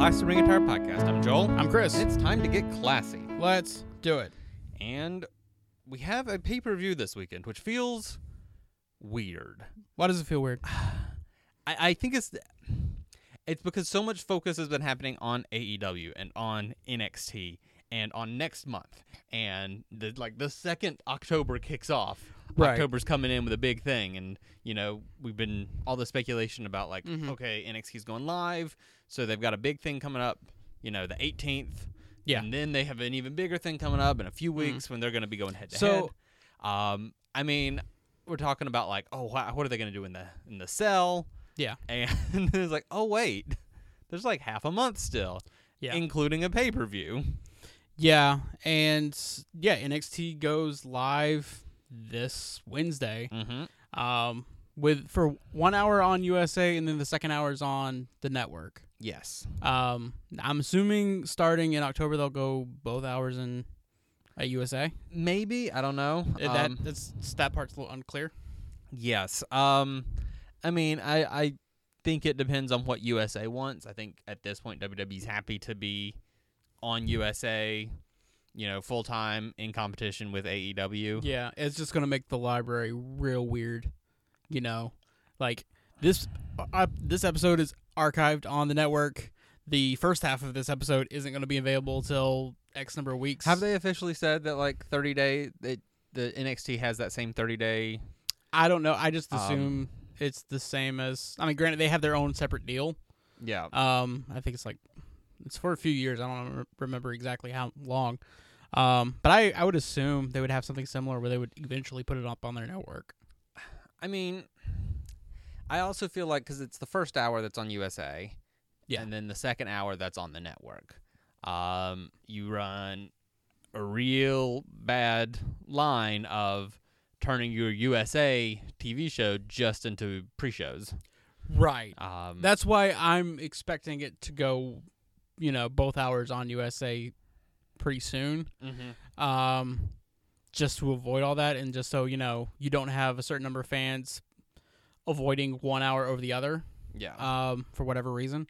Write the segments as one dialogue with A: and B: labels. A: That's the Ring Guitar Podcast. I'm Joel.
B: I'm Chris.
A: It's time to get classy.
B: Let's do it.
A: And we have a pay per view this weekend, which feels weird.
B: Why does it feel weird?
A: I, I think it's it's because so much focus has been happening on AEW and on NXT and on next month and the, like the second October kicks off.
B: Right.
A: October's coming in with a big thing, and you know we've been all the speculation about like
B: Mm-hmm.
A: okay NXT's going live, so they've got a big thing coming up. You know the 18th.
B: Yeah. Mm.
A: And then they have an even bigger thing coming up in a few weeks when they're going to be going head to head.
B: So-
A: Um, I mean, we're talking about like, oh, wha- what are they going to do in the in the cell?
B: Yeah.
A: And it's like, oh wait, there's like half a month still,
B: Yeah.
A: including a pay per view.
B: Yeah. And yeah, NXT goes live this Wednesday.
A: Mm-hmm.
B: Um with for 1 hour on USA and then the second hour is on the network.
A: Yes.
B: Um I'm assuming starting in October they'll go both hours in at USA.
A: Maybe I don't know.
B: Uh, that
A: Um,
B: that's that part's a little unclear.
A: yes. Um, I mean, I I think it depends on what USA wants. I think at this point WWE's happy to be on USA, you know, full time in competition with E AEW.
B: Yeah, it's just gonna make the library real weird. You know, like this. Uh, this episode is archived on the network. The first half of this episode isn't going to be available till X number of weeks.
A: Have they officially said that like 30 day that the NXT has that same 30 day?
B: I don't know. I just
A: Um,
B: assume it's the same as. I mean, granted, they have their own separate deal.
A: Yeah.
B: Um, I think it's like it's for a few years. I don't re- remember exactly how long. Um, but I, I would assume they would have something similar where they would eventually put it up on their network.
A: I mean, I also feel like because it's the first hour that's on USA,
B: Yeah.
A: and then the second hour that's on the network. Um, you run a real bad line of turning your USA TV show just into pre-shows.
B: Right.
A: Um,
B: Mm-hmm. That's why I'm expecting it to go, you know, both hours on USA pretty soon.
A: mhm.
B: Um, just to avoid all that, and just so you know, you don't have a certain number of fans avoiding one hour over the other,
A: yeah.
B: um, for whatever reason.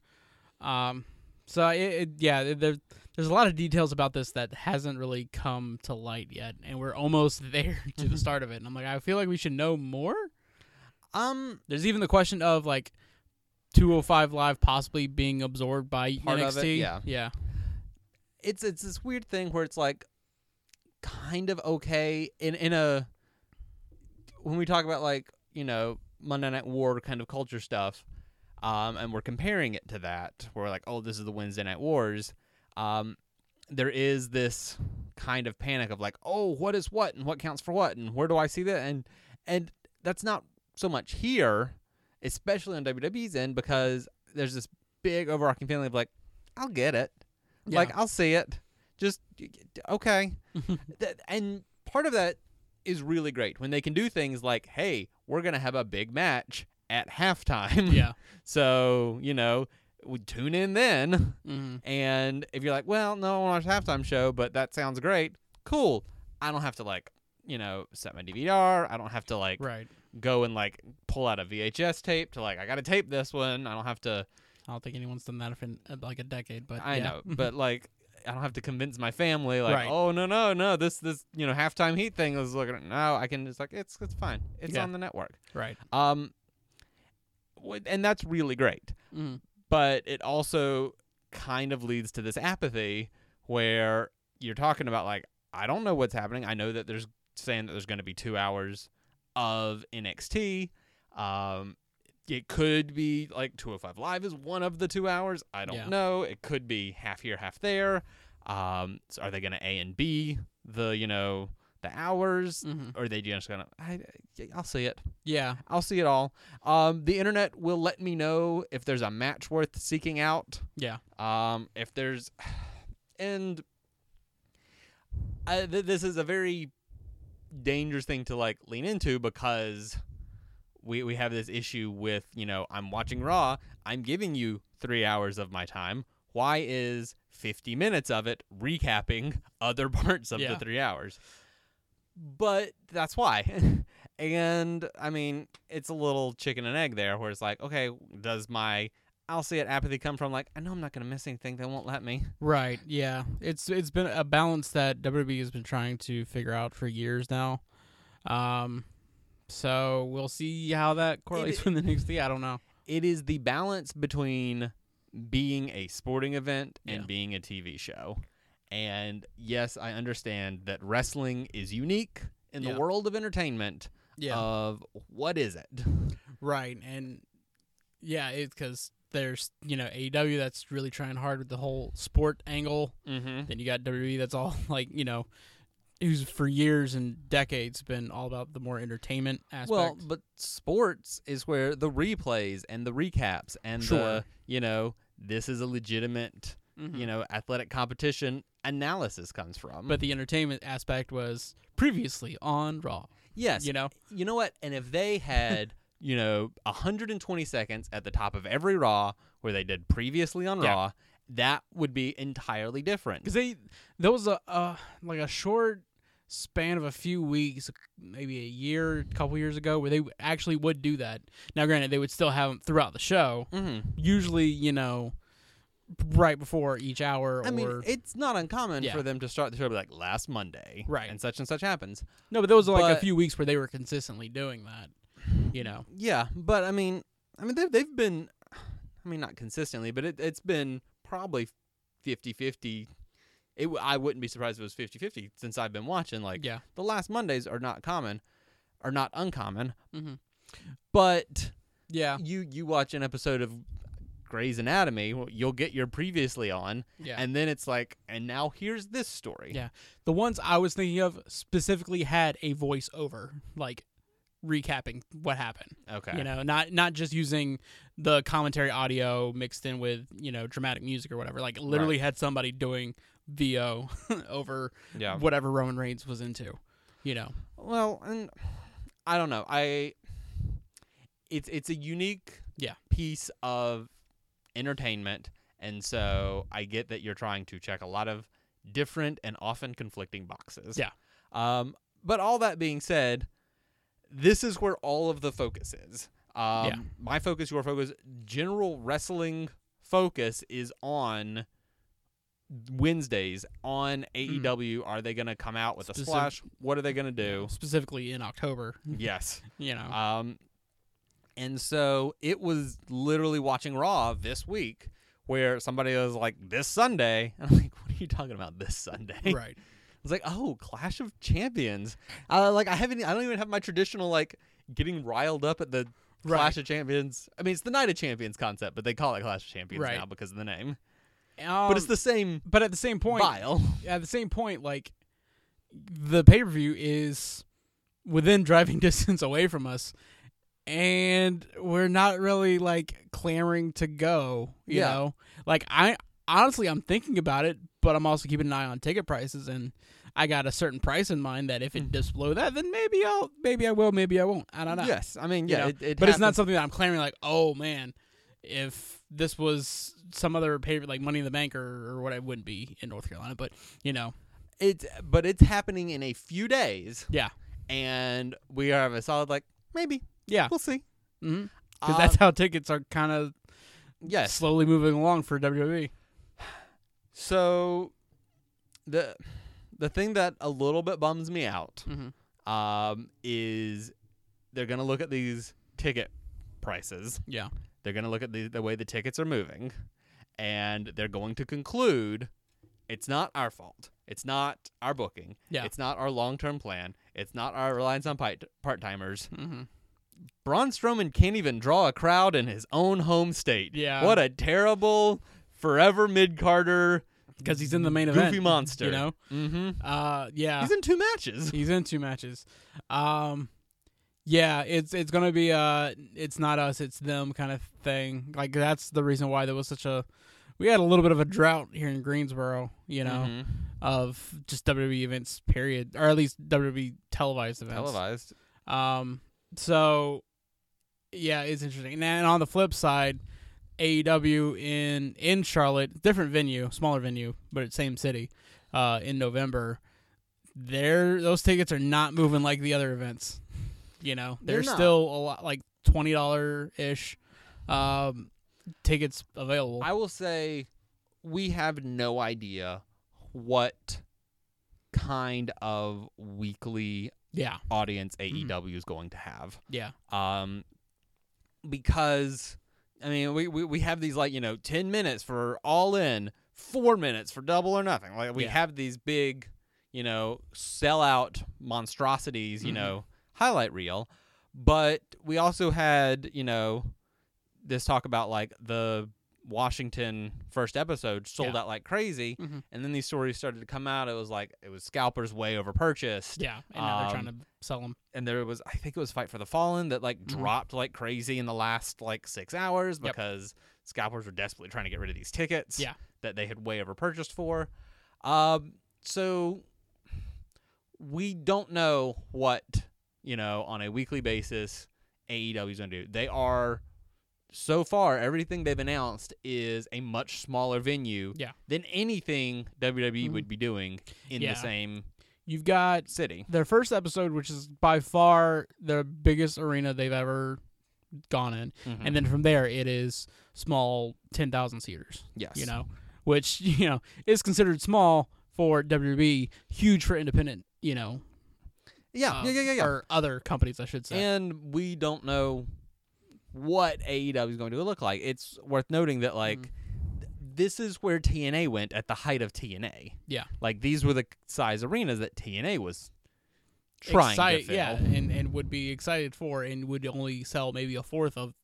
B: Um, so it, it yeah, it- there, there's a lot of details about this that hasn't really come to light yet, and we're almost there to the start of it. And I'm like, I feel like we should know more.
A: um,
B: There's even the question of like 205 Live possibly being absorbed by
A: Part of
B: NXT.
A: it, yeah.
B: yeah,
A: it's it's this weird thing where it's like kind of okay in in a when we talk about like you know Monday Night War kind of culture stuff, um, and we're comparing it to that. We're like, oh, this is the Wednesday Night Wars. Um, there is this kind of panic of like, oh, what is what and what counts for what and where do I see that and and that's not so much here, especially on WWE's end because there's this big overarching feeling of like, I'll get it.
B: Yeah.
A: Like I'll see it. Just okay. Th- and part of that is really great when they can do things like, "Hey, we're gonna have a big match at halftime."
B: yeah.
A: so you know, we tune in then.
B: Mhm.
A: And if you're like, "Well, no, I want to watch a halftime show," but that sounds great. Cool. I don't have to like, you know, set my DVR. I don't have to like
B: Right.
A: go and like pull out a VHS tape to like, I gotta tape this one. I don't have to.
B: I don't think anyone's done that in uh, like a decade, but
A: I
B: yeah. Mm-hmm.
A: know, but like I don't have to convince my family like,
B: Right.
A: oh no no no this this you know halftime heat thing is looking no I can just like it's it's fine it's
B: Yeah.
A: on the network
B: Right.
A: um wh- and that's really great
B: Mhm.
A: but it also kind of leads to this apathy where you're talking about like I don't know what's happening I know that there's saying that there's going to be two hours of NXT um it could be like 205 live is one of the two hours I don't
B: Yeah.
A: know it could be half here half there um so are they going to A and B the you know the hours
B: Mhm.
A: or are they just going to I I'll see it
B: Yeah.
A: I'll see it all. Um, the internet will let me know if there's a match worth seeking out.
B: Yeah.
A: Um, if there's, and I, th- this is a very dangerous thing to like lean into because we we have this issue with you know I'm watching Raw. I'm giving you three hours of my time. Why is 50 minutes of it recapping other parts of
B: Yeah.
A: the three hours? But that's why. And I mean, it's a little chicken and egg there where it's like, okay, does my I'll see it apathy come from. Like I know I'm not gonna miss anything. They won't let me.
B: Right. Yeah. It's it's been a balance that WWE has been trying to figure out for years now. Um, so we'll see how that correlates
A: It-
B: with the next thing. I don't know.
A: It is the balance between being a sporting event and
B: Yeah.
A: being a TV show. And yes, I understand that wrestling is unique in
B: Yeah.
A: the world of entertainment. Of what is it?
B: right. And yeah, it's because there's you know AEW that's really trying hard with the whole sport angle.
A: Mm-hmm.
B: Then you got WWE that's all like you know, who's for years and decades been all about the more entertainment aspect.
A: Well, but sports is where the replays and the recaps and
B: Sure. Mm-hmm.
A: the you know this is a legitimate you know athletic competition analysis comes from.
B: but the entertainment aspect was previously on Raw.
A: yes,
B: You know,
A: you know what? And if they had, you know, 120 seconds at the top of every Raw where they did previously on
B: Yeah.
A: Raw, that would be entirely different.
B: because they there was a uh, like a short span of a few weeks, maybe a year, a couple years ago, where they actually would do that. Now, granted, they would still have them throughout the show.
A: Mm-hmm.
B: Usually, you know, right before each hour. Or,
A: I mean, it's not uncommon
B: Yeah.
A: for them to start the show be like last Monday,
B: Right.
A: And such and such happens.
B: no, but those are like a
A: but-
B: few weeks where they were consistently doing that. You know,
A: Yeah, but I mean, I mean they've they've been, I mean not consistently, but it, it's been probably 50-50. It, w- I wouldn't be surprised if it was 50-50 since I've been watching. Like
B: yeah,
A: the last Mondays are not common, are not uncommon,
B: Mhm.
A: but
B: yeah,
A: you you watch an episode of Grey's Anatomy, well, you'll get your previously on,
B: yeah.
A: and then it's like, and now here's this story.
B: Yeah. The ones I was thinking of specifically had a voiceover, like recapping what happened.
A: Okay.
B: You know, not not just using the commentary audio mixed in with you know dramatic music or whatever. Like literally had somebody doing VO over
A: yeah.
B: whatever Roman Reigns was into. You know,
A: Well, and I don't know. I it's it's a unique
B: Yeah.
A: piece of entertainment, and so I get that you're trying to check a lot of different and often conflicting boxes.
B: Yeah.
A: Um, but all that being said, this is where all of the focus is. Um,
B: Yeah.
A: My focus, your focus, general wrestling focus is on Wednesdays
B: Hmm.
A: on AEW. Are they going to come out with
B: Specif-
A: a splash? What are they going to do?
B: specifically in October.
A: Yes.
B: You know,
A: Um, and so it was literally watching Raw this week where somebody was like, this Sunday. And I'm like, what are you talking about this Sunday? I
B: right?
A: was like, oh, Clash of Champions. Uh, like, I haven't, I don't even have my traditional, like, getting riled up at the
B: Right.
A: Clash of Champions. I mean, it's the Night of Champions concept, but they call it Clash of Champions
B: Right.
A: now because of the name.
B: Um,
A: But it's the same
B: but at the same point,
A: bile.
B: at the same point, like the pay per view is within driving distance away from us, and we're not really like clamoring to go. You
A: Yeah.
B: know, like I honestly, I'm thinking about it, but I'm also keeping an eye on ticket prices, and I got a certain price in mind that
A: Mm-hmm.
B: if it dips below that, then maybe I'll, maybe I will, maybe I won't. I don't know.
A: Yes. I mean,
B: You
A: yeah.
B: know,
A: it, it
B: but it's not
A: happens.
B: something that I'm clamoring like, oh man, if this was some other pay like Money in the Bank or, or what, I wouldn't be in North Carolina. But you know,
A: It's, but it's happening in a few days.
B: Yeah.
A: And we have a solid, like, maybe.
B: Yeah.
A: We'll see.
B: Because that's how tickets are kind of
A: yes.
B: slowly moving along for E. WWE.
A: So the the thing that a little bit bums me out
B: Mm-hmm.
A: um, is they're gonna look at these ticket prices.
B: Yeah.
A: They're gonna look at the, the way the tickets are moving, and they're going to conclude it's not our fault. It's not our booking.
B: Yeah.
A: It's not our long term plan. It's not our reliance on part timers.
B: Mm-hmm.
A: Braun Strowman can't even draw a crowd in his own home state.
B: Yeah.
A: What a terrible forever mid Carter.
B: Because he's in the main
A: Goofy
B: event.
A: monster.
B: You know?
A: Mm-hmm.
B: Uh, yeah.
A: He's in two matches.
B: He's in two matches. Um, yeah, it's it's gonna be uh, it's not us, it's them kind of thing. Like that's the reason why there was such a, we had a little bit of a drought here in Greensboro, you know,
A: Mhm.
B: of just WWE events, period, or at least WWE televised events.
A: televised.
B: Um, so yeah, it's interesting. And, and on the flip side, AEW in in Charlotte, different venue, smaller venue, but it's same city. Uh, in November, there those tickets are not moving like the other events. You know,
A: They're
B: they're,
A: not.
B: still a lot like twenty dollar ish. Um, tickets available.
A: I will say we have no idea what kind of weekly
B: yeah,
A: audience
B: Mm-hmm.
A: AEW is going to have.
B: yeah,
A: Um because I mean we, we, we have these like, you know, ten minutes for all in, four minutes for double or nothing. Like we
B: Yeah.
A: have these big, you know, sellout monstrosities, you
B: Mhm.
A: know, highlight reel. But we also had, you know, this talk about like the Washington first episode sold
B: Yeah.
A: out like crazy.
B: Mhm.
A: And then these stories started to come out. It was like it was scalpers way over purchased
B: yeah. And now they're
A: Um,
B: trying to sell them.
A: and there was I think it was Fight for the Fallen that like
B: Mhm.
A: dropped like crazy in the last like six hours
B: Yep.
A: because scalpers were desperately trying to get rid of these tickets
B: Yeah.
A: that they had way over purchased for. Um, so we don't know what you know on a weekly basis AEW's gonna do. They are so far everything they've announced is a much smaller venue
B: Yeah.
A: than anything WWE
B: Mhm.
A: would be doing in
B: Yeah.
A: the same
B: You've got
A: city.
B: their first episode, which is by far the biggest arena they've ever gone in, and
A: Mhm.
B: then from there it is small ten thousand seaters.
A: yes,
B: you know, which you know is considered small for WB, huge for independent, you know,
A: yeah,
B: uh,
A: yeah, yeah, yeah, yeah.
B: or other companies, I should say.
A: and we don't know what AEW is going to look like. It's worth noting that like
B: Mm.
A: th- this is where TNA went at the height of TNA.
B: Yeah.
A: like these were the size arenas that TNA was trying
B: Excite-
A: to fill.
B: yeah, and and would be excited for, and would only sell maybe a fourth of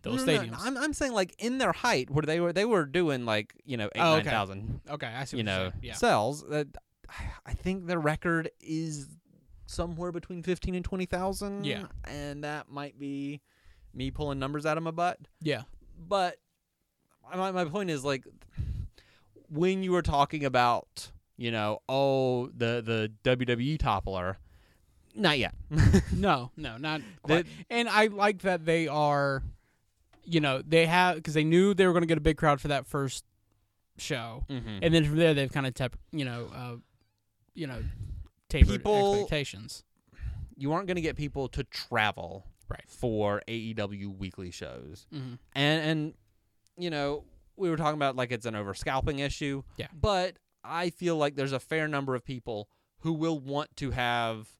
B: those
A: No, no,
B: stadiums.
A: no, I'm, I'm saying like in their height where they were they were doing like you know eight
B: Oh,
A: nine
B: okay.
A: thousand
B: okay, I see.
A: you
B: What you're
A: know
B: saying. yeah,
A: cells. That I think their record is somewhere between fifteen and twenty thousand.
B: Yeah.
A: and that might be me pulling numbers out of my butt.
B: yeah,
A: but my, my point is like when you were talking about you know oh the the WWE toppler not yet
B: no, no, not quite. and I like that they are, you know, they have because they knew they were going to get a big crowd for that first show,
A: mm-hmm.
B: and then from there they've kind of tep- you know, uh, you know, tapered
A: People-
B: expectations.
A: you aren't going to get people to travel
B: Right.
A: for AEW weekly shows
B: Mm-hmm.
A: and and you know we were talking about like it's an over scalping issue
B: Yeah.
A: but i feel like there's a fair number of people who will want to have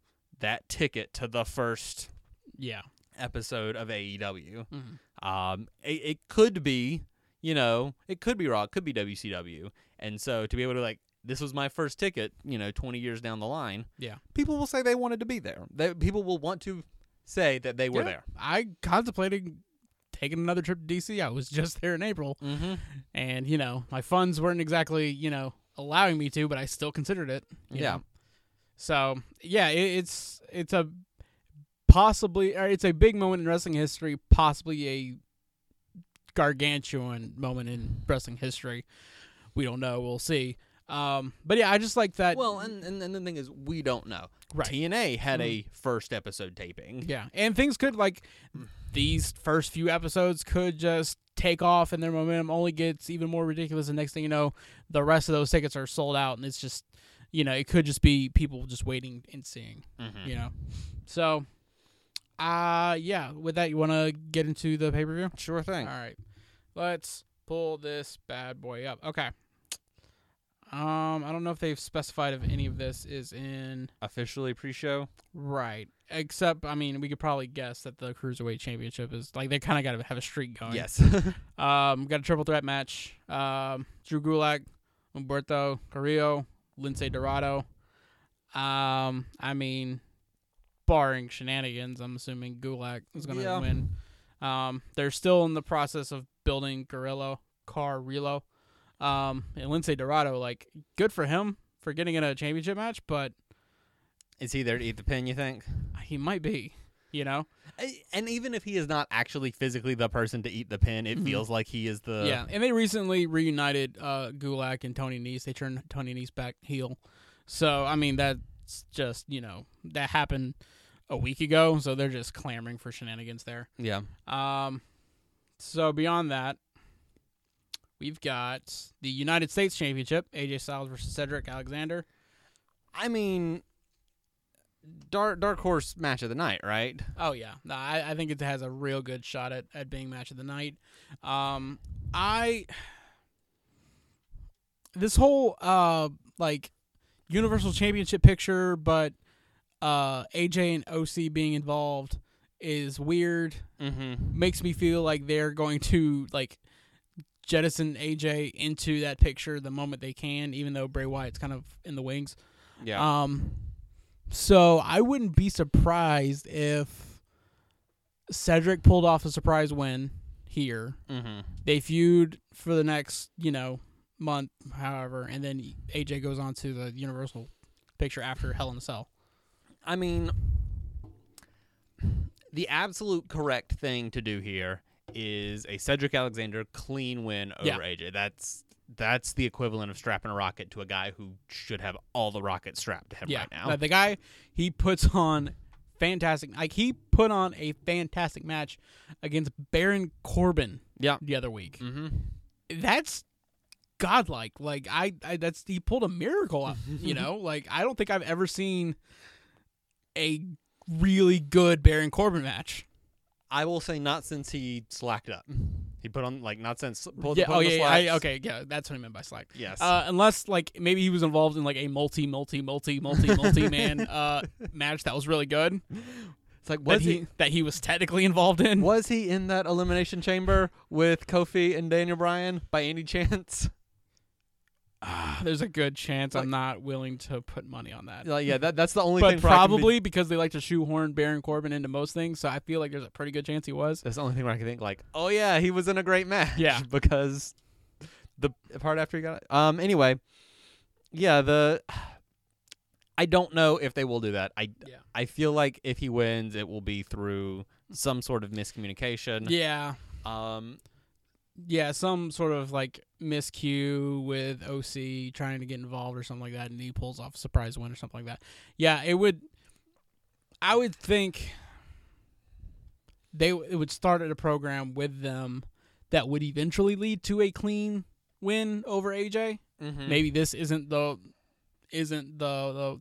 A: that ticket to the first
B: Yeah.
A: episode of E AEW
B: Mm-hmm.
A: Um, it, it could be, you know, it could be Raw, it could be WCW, and so to be able to like, this was my first ticket, you know, twenty years down the line.
B: Yeah.
A: people will say they wanted to be there. They, people will want to say that they were
B: Yeah.
A: there.
B: I contemplated taking another trip to DC. I was just there in April,
A: Mm-hmm.
B: and you know my funds weren't exactly you know allowing me to, but I still considered it. you
A: Yeah.
B: know. So yeah, it, it's it's a possibly or it's a big moment in wrestling history, possibly a gargantuan moment in wrestling history. We don't know. We'll see. Um, but yeah, I just like that.
A: Well, and, and and the thing is, we don't know.
B: right. Mm-hmm.
A: TNA had a first episode taping.
B: Yeah, and things could like these first few episodes could just take off, and their momentum only gets even more ridiculous. And next thing you know, the rest of those tickets are sold out, and it's just you know it could just be people just waiting and seeing,
A: Mm-hmm.
B: you know. So, uh yeah. With that, you want to get into the pay per view?
A: Sure
B: All
A: thing.
B: right, let's pull this bad boy up. Okay. Um, I don't know if they've specified if any of this is in
A: Officially pre-show.
B: Right. Except, I mean, we could probably guess that the cruiserweight championship is like they kind of got to have a streak going.
A: Yes.
B: Um, got a triple threat match. Um, Drew Gulak, Humberto Carrillo, Lindsay Dorado. Um, I mean, barring shenanigans, I'm assuming Gulak is going to
A: Yeah.
B: win. Um, they're still in the process of building Gorillo Carrillo. Um, and Lindsay Dorado, like, good for him for getting in a championship match, but
A: is he there to eat the pin? You think?
B: he might be, you know?
A: I- And even if he is not actually physically the person to eat the pin, it
B: Mhm.
A: feels like he is the
B: yeah, and they recently reunited uh, Gulak and Tony Nese. They turned Tony Nese back heel. So I mean, that's just you know that happened a week ago. So they're just clamoring for shenanigans there.
A: yeah.
B: Um, so beyond that, we've got the United States Championship: AJ Styles versus Cedric Alexander.
A: I mean, dark dark horse match of the night, right?
B: Oh yeah, No, I, I think it has a real good shot at, at being match of the night. Um, I this whole uh like Universal Championship picture, but uh AJ and OC being involved is weird.
A: Mm-hmm.
B: Makes me feel like they're going to like jettison AJ into that picture the moment they can, even though Bray Wyatt's kind of in the wings.
A: Yeah.
B: Um, so I wouldn't be surprised if Cedric pulled off a surprise win here.
A: mm-hmm.
B: They feud for the next, you know, month, however, and then AJ goes on to the Universal picture after Hell in a Cell.
A: I mean, the absolute correct thing to do here is a Cedric Alexander clean win over
B: Yeah.
A: AJ. That's that's the equivalent of strapping a rocket to a guy who should have all the rockets strapped to him
B: Yeah,
A: right now.
B: Uh, the guy he puts on fantastic. Like he put on a fantastic match against Baron Corbin.
A: Yeah.
B: the other week.
A: mm-hmm.
B: that's godlike. Like I, I that's he pulled a miracle. out, you know, like I don't think I've ever seen a really good Baron Corbin match.
A: I will say not since he slacked up. He put on like not since pulled,
B: yeah.
A: put
B: Oh
A: on the
B: yeah. yeah, I-
A: slacks.
B: okay. Yeah. That's what I meant by slack.
A: Yes.
B: Uh, unless like maybe he was involved in like a multi, multi, multi, multi, multi man uh, match that was really good
A: it's like
B: that
A: was
B: he,
A: he
B: that he was technically involved in.
A: was he in that elimination chamber with Kofi and Daniel Bryan by any chance?
B: Ah, There's a good chance
A: Like-
B: I'm not willing to put money on that.
A: Like, yeah, that that's the only
B: But
A: thing where I can be-
B: probably because they like to shoehorn Baron Corbin into most things, so I feel like there's a pretty good chance he was.
A: That's the only thing where I can think like, oh yeah, he was in a great match.
B: Yeah.
A: because the part after he got um. Anyway, yeah, the I don't know if they will do that. I
B: Yeah.
A: I feel like if he wins, it will be through some sort of miscommunication.
B: Yeah.
A: Um.
B: Yeah, some sort of like miscue with OC trying to get involved or something like that, and he pulls off a surprise win or something like that. Yeah, it would. I would think they it would start at a program with them that would eventually lead to a clean win over AJ.
A: mhm.
B: Maybe this isn't the isn't the the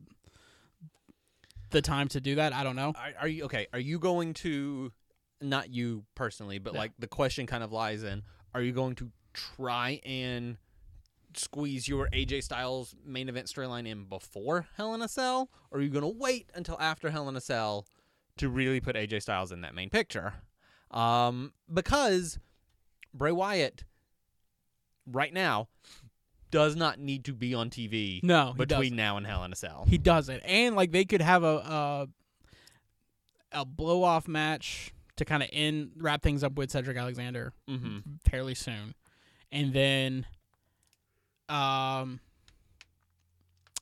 B: the time to do that. I don't know.
A: Are, are you okay? Are you going to not you personally, but
B: Yeah.
A: like the question kind of lies in: Are you going to try and squeeze your AJ Styles main event storyline in before Hell in a Cell, or are you going to wait until after Hell in a Cell to really put AJ Styles in that main picture? Um, because Bray Wyatt right now does not need to be on TV
B: No, he doesn't.
A: between now and Hell in a Cell.
B: He doesn't. And like they could have a a, a blow off match to kind of end wrap things up with Cedric Alexander
A: mm-hmm.
B: fairly soon. And then um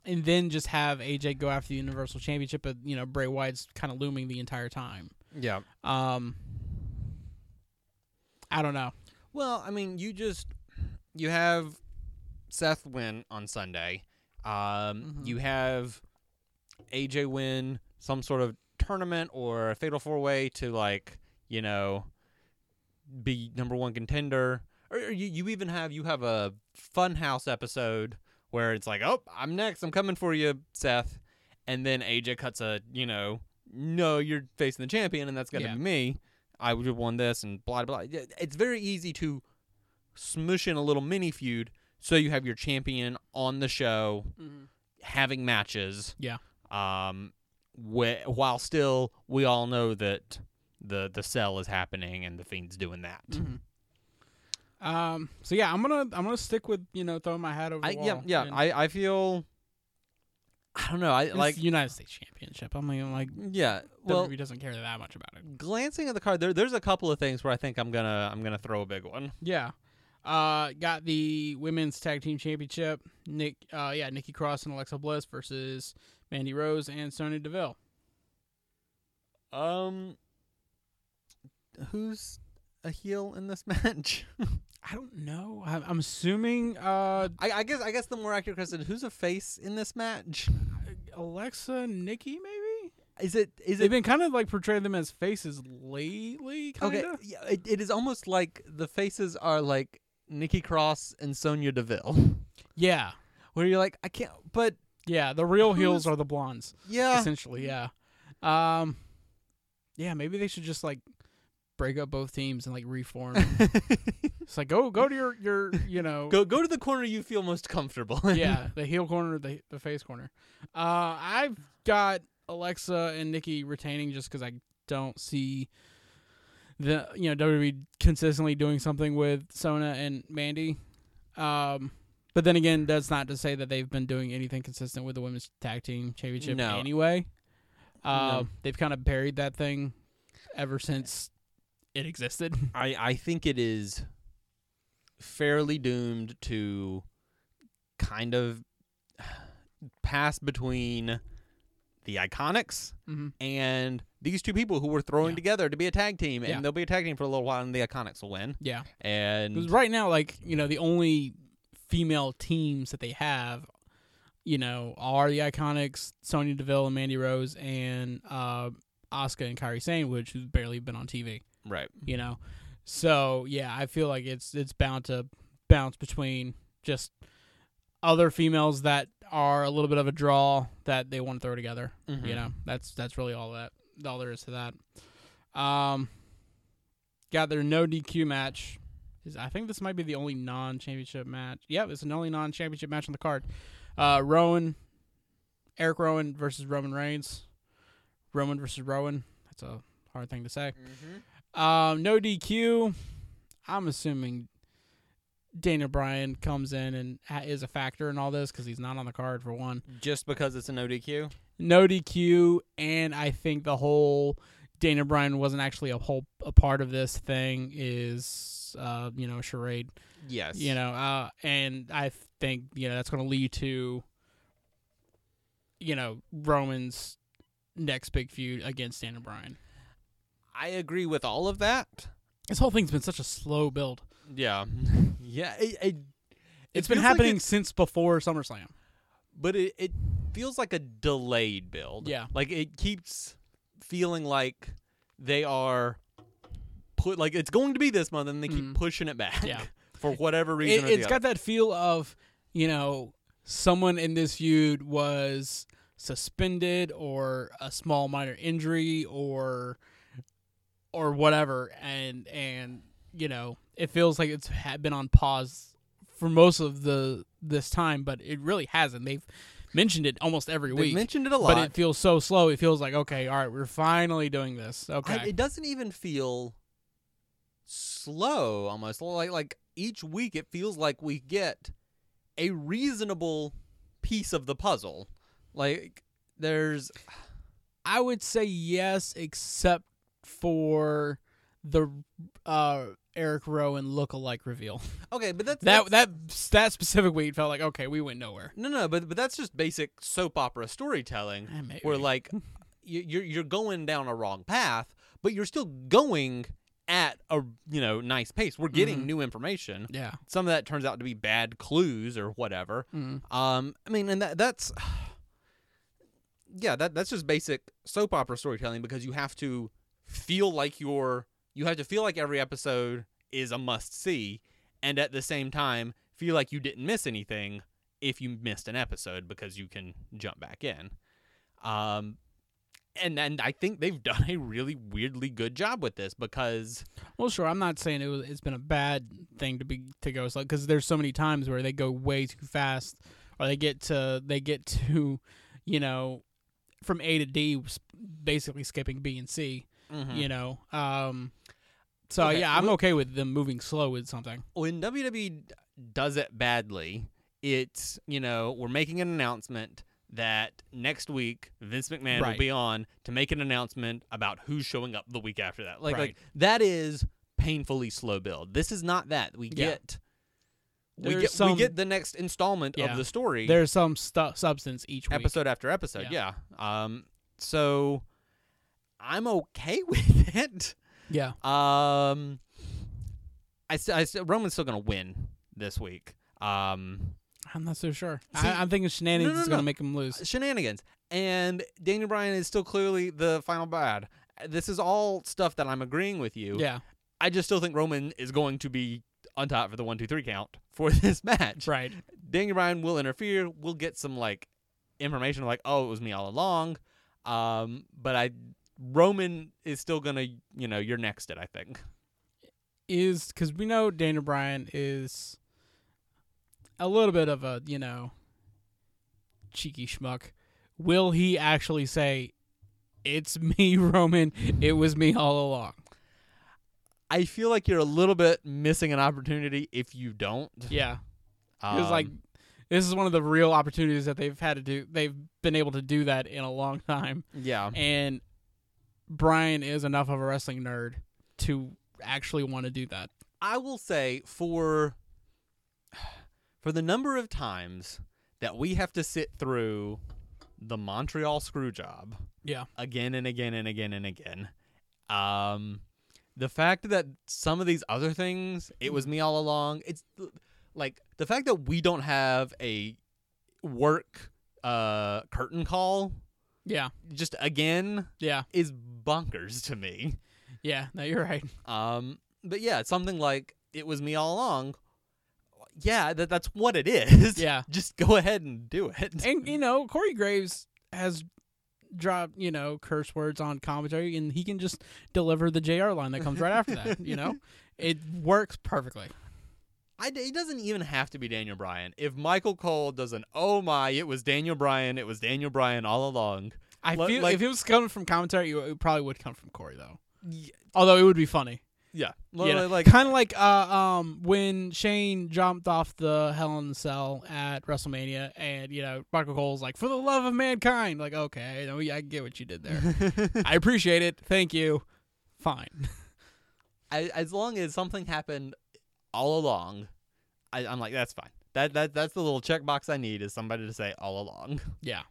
B: and then just have AJ go after the Universal Championship, but you know, Bray Wyatt's kind of looming the entire time.
A: Yeah.
B: Um I don't know.
A: Well, I mean, you just you have Seth win on Sunday. Um,
B: Mhm.
A: You have AJ win some sort of tournament or a fatal four way to like you know be number one contender. Or or you, you even have you have a funhouse episode where it's like, oh, I'm next, I'm coming for you, Seth, and then AJ cuts a you know, no, you're facing the champion, and that's gonna
B: Yeah.
A: be me. I would have won this and blah blah. Yeah, It's very easy to smush in a little mini feud so you have your champion on the show having matches.
B: Yeah.
A: Um, wh- while still we all know that the the cell is happening and the fiend's doing that.
B: Mm-hmm. Um so yeah, I'm going to I'm going to stick with, you know, throwing my hat over the
A: I yeah
B: wall
A: yeah
B: and-
A: I I feel. I don't know. I
B: like
A: like
B: United States Championship. I mean, like
A: yeah. Well,
B: WWE doesn't care that much about it.
A: glancing at the card, there there's a couple of things where I think I'm gonna I'm gonna throw a big one.
B: Yeah. Uh, got the women's tag team championship. Nick, uh, yeah, Nikki Cross and Alexa Bliss versus Mandy Rose and Sonya Deville.
A: Um, who's a heel in this match?
B: I don't know. I'm, I'm assuming uh,
A: I, I guess I guess the more accurate question: Who's a face in this match?
B: Alexa, Nikki, maybe.
A: Is it is
B: They've
A: it
B: been kind of like portraying them as faces lately. Kinda.
A: okay? Yeah, it, it is almost like the faces are like Nikki Cross and Sonya Deville,
B: Yeah.
A: where you're like, I can't, but
B: Yeah, the real
A: Who
B: heels
A: is-
B: are the blondes,
A: Yeah.
B: essentially. Yeah. Um, yeah, maybe they should just like break up both teams and like reform. it's like go go to your your you know
A: go go to the corner you feel most comfortable. in.
B: yeah the heel corner the the face corner. Uh, I've got Alexa and Nikki retaining just because I don't see the you know WWE consistently doing something with Sona and Mandy. Um, but then again, that's not to say that they've been doing anything consistent with the women's tag team championship
A: No.
B: anyway. Uh,
A: No.
B: They've kind of buried that thing ever since it existed.
A: I I think it is fairly doomed to kind of pass between the iconics
B: mm-hmm.
A: and these two people who were throwing
B: Yeah.
A: together to be a tag team, and
B: Yeah.
A: they'll be a tag team for a little while, and the iconics will win.
B: Yeah. Because
A: And
B: right now, like you know, the only female teams that they have, you know, are the Iconics, Sonya Deville and Mandy Rose, and uh, Asuka and Kyrie Sane, which has barely been on TV.
A: right,
B: You know, so yeah, I feel like it's it's bound to bounce between just other females that are a little bit of a draw that they want to throw together.
A: Mhm.
B: You know, that's that's really all that all there is to that. Um, got their no DQ match. Is I think this might be the only non-championship match. Yep, it's an only non-championship match on the card. Uh, Rowan, Eric Rowan versus Roman Reigns. Roman versus Rowan. That's a hard thing to say.
A: Mm-hmm.
B: Um, no DQ. I'm assuming Dana Bryan comes in and ha- is a factor in all this because he's not on the card for one.
A: just because it's an ODQ.
B: No DQ, and I think the whole Dana Bryan wasn't actually a whole a part of this thing is uh, you know a charade.
A: Yes,
B: You know, uh, and I think you know that's going to lead to you know Roman's next big feud against Dana Bryan.
A: I agree with all of that.
B: This whole thing's been such a slow build.
A: Yeah, yeah. It, it,
B: it's been
A: feels like
B: happening
A: it's-
B: since before SummerSlam.
A: but it, it feels like a delayed build.
B: Yeah.
A: like it keeps feeling like they are put like it's going to be this month, and they
B: Mhm.
A: keep pushing it back.
B: Yeah.
A: for whatever
B: It,
A: reason. or the
B: has got that feel of, you know, someone in this feud was suspended or a small minor injury or or whatever and and you know, it feels like it's had been on pause for most of the this time, but it really hasn't. They've mentioned it almost every
A: other. They
B: week.
A: mentioned it a lot.
B: but it feels so slow. It feels like okay, all right, we're finally doing this. Okay.
A: I, it doesn't even feel slow almost like like each week it feels like we get a reasonable piece of the puzzle like there's
B: I would say yes, except for the uh, Eric Rowan lookalike reveal.
A: okay but that's
B: That
A: that's-
B: that that specific week felt like okay, we went nowhere.
A: no no but but that's just basic soap opera storytelling
B: Eh, maybe.
A: where like you- you're you're going down a wrong path but you're still going at a you know nice pace we're getting
B: Mhm.
A: new information
B: yeah,
A: some of that turns out to be bad clues or whatever
B: mm.
A: Um, I mean, and that that's yeah, that that's just basic soap opera storytelling because you have to feel like you're you have to feel like every episode is a must see, and at the same time feel like you didn't miss anything if you missed an episode because you can jump back in. Um, and and I think they've done a really weirdly good job with this because
B: well, sure. I'm not saying it was, it's been a bad thing to be to go slow because there's so many times where they go way too fast, or they get to they get to, you know, from A to D, s- basically skipping B and C. You know, um, so
A: Hmm. Okay,
B: yeah, I'm
A: well-
B: okay with them moving slow with something.
A: when WWE does it badly, it's, you know, we're making an announcement that next week Vince McMahon
B: Right.
A: will be on to make an announcement about who's showing up the week after that. Like
B: Right.
A: like that is painfully slow build. This is not that. We
B: Yeah.
A: get we
B: There's
A: get, we
B: some-
A: get the next installment
B: Yeah.
A: of the story
B: There's some stu- substance each week.
A: episode after episode. Yeah. Um so I'm okay with it.
B: Yeah.
A: Um, I still, I still, Roman's still gonna win this week. Um,
B: I'm not so sure.
A: See-
B: I, I'm thinking shenanigans
A: No, no,
B: is going to
A: no.
B: make him lose.
A: shenanigans, and Daniel Bryan is still clearly the final bad. This is all stuff that I'm agreeing with you.
B: Yeah.
A: I just still think Roman is going to be on top for the one, two, three count for this match.
B: Right.
A: Daniel Bryan will interfere. We'll get some like information like, oh, it was me all along. Um, but I Roman is still gonna, you know, you're next it. I think.
B: is because we know Dana Bryan is a little bit of a you know cheeky schmuck. Will he actually say, "It's me, Roman. It was me all along"?
A: I feel like you're a little bit missing an opportunity if you don't.
B: Yeah, because
A: Um,
B: like this is one of the real opportunities that they've had to do. They've been able to do that in a long time,
A: yeah,
B: and Bryan is enough of a wrestling nerd to actually want to do that.
A: I will say for for the number of times that we have to sit through the Montreal screw job
B: Yeah,
A: again and again and again and again. Um, the fact that some of these other things, it was me all along. It's like the fact that we don't have a work uh curtain call
B: yeah,
A: just again
B: yeah,
A: is bonkers to me.
B: yeah. No, you're right.
A: Um, but yeah, it's something like it was me all along. Yeah, that that's what it is.
B: Yeah.
A: just go ahead and do it.
B: and you know Corey Graves has dropped you know curse words on commentary, and he can just deliver the JR line that comes right after that. You know, it works perfectly.
A: I, it doesn't even have to be Daniel Bryan. If Michael Cole does an "Oh my, it was Daniel Bryan, it was Daniel Bryan all along,"
B: I
A: Li-
B: feel
A: like-
B: if it was coming from commentary, it it probably would come from Corey though.
A: y-
B: Although it would be funny,
A: yeah,
B: you know?
A: literally like
B: kind of like uh, um when Shane jumped off the Hell in a Cell at WrestleMania, and you know Michael Cole's like, "For the love of mankind!" Like, okay, I know- I get what you did there. I appreciate it. Thank you. Fine.
A: I, as long as something happened all along, I, I'm like that's fine. That that that's the little checkbox I need is somebody to say all along.
B: Yeah.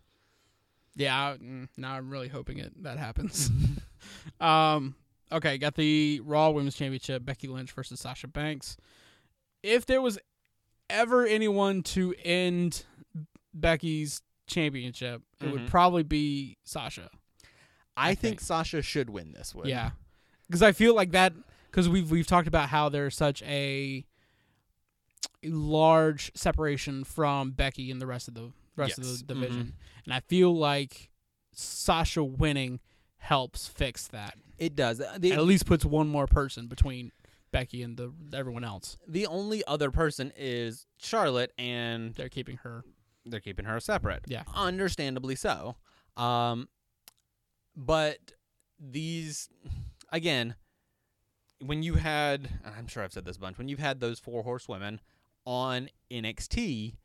B: Yeah, I- mm, now I'm really hoping it that happens. um okay, got the Raw Women's Championship Becky Lynch versus Sasha Banks. If there was ever anyone to end Becky's championship, it would
A: Mhm.
B: probably be Sasha.
A: I,
B: I
A: think,
B: think-
A: Sasha should win this one.
B: Yeah. Cuz I feel like that cuz we've we've talked about how there's such a large separation from Becky and the rest of the rest
A: Yes. Mm-hmm.
B: of the division. And I feel like Sasha winning helps fix that.
A: It does. Uh,
B: At least puts one more person between Becky and the everyone else.
A: the only other person is Charlotte, and
B: They're keeping her.
A: they're keeping her separate.
B: Yeah.
A: understandably so. Um, but these again, when you had, and I'm sure I've said this a bunch, when you've had those four horsewomen on NXT,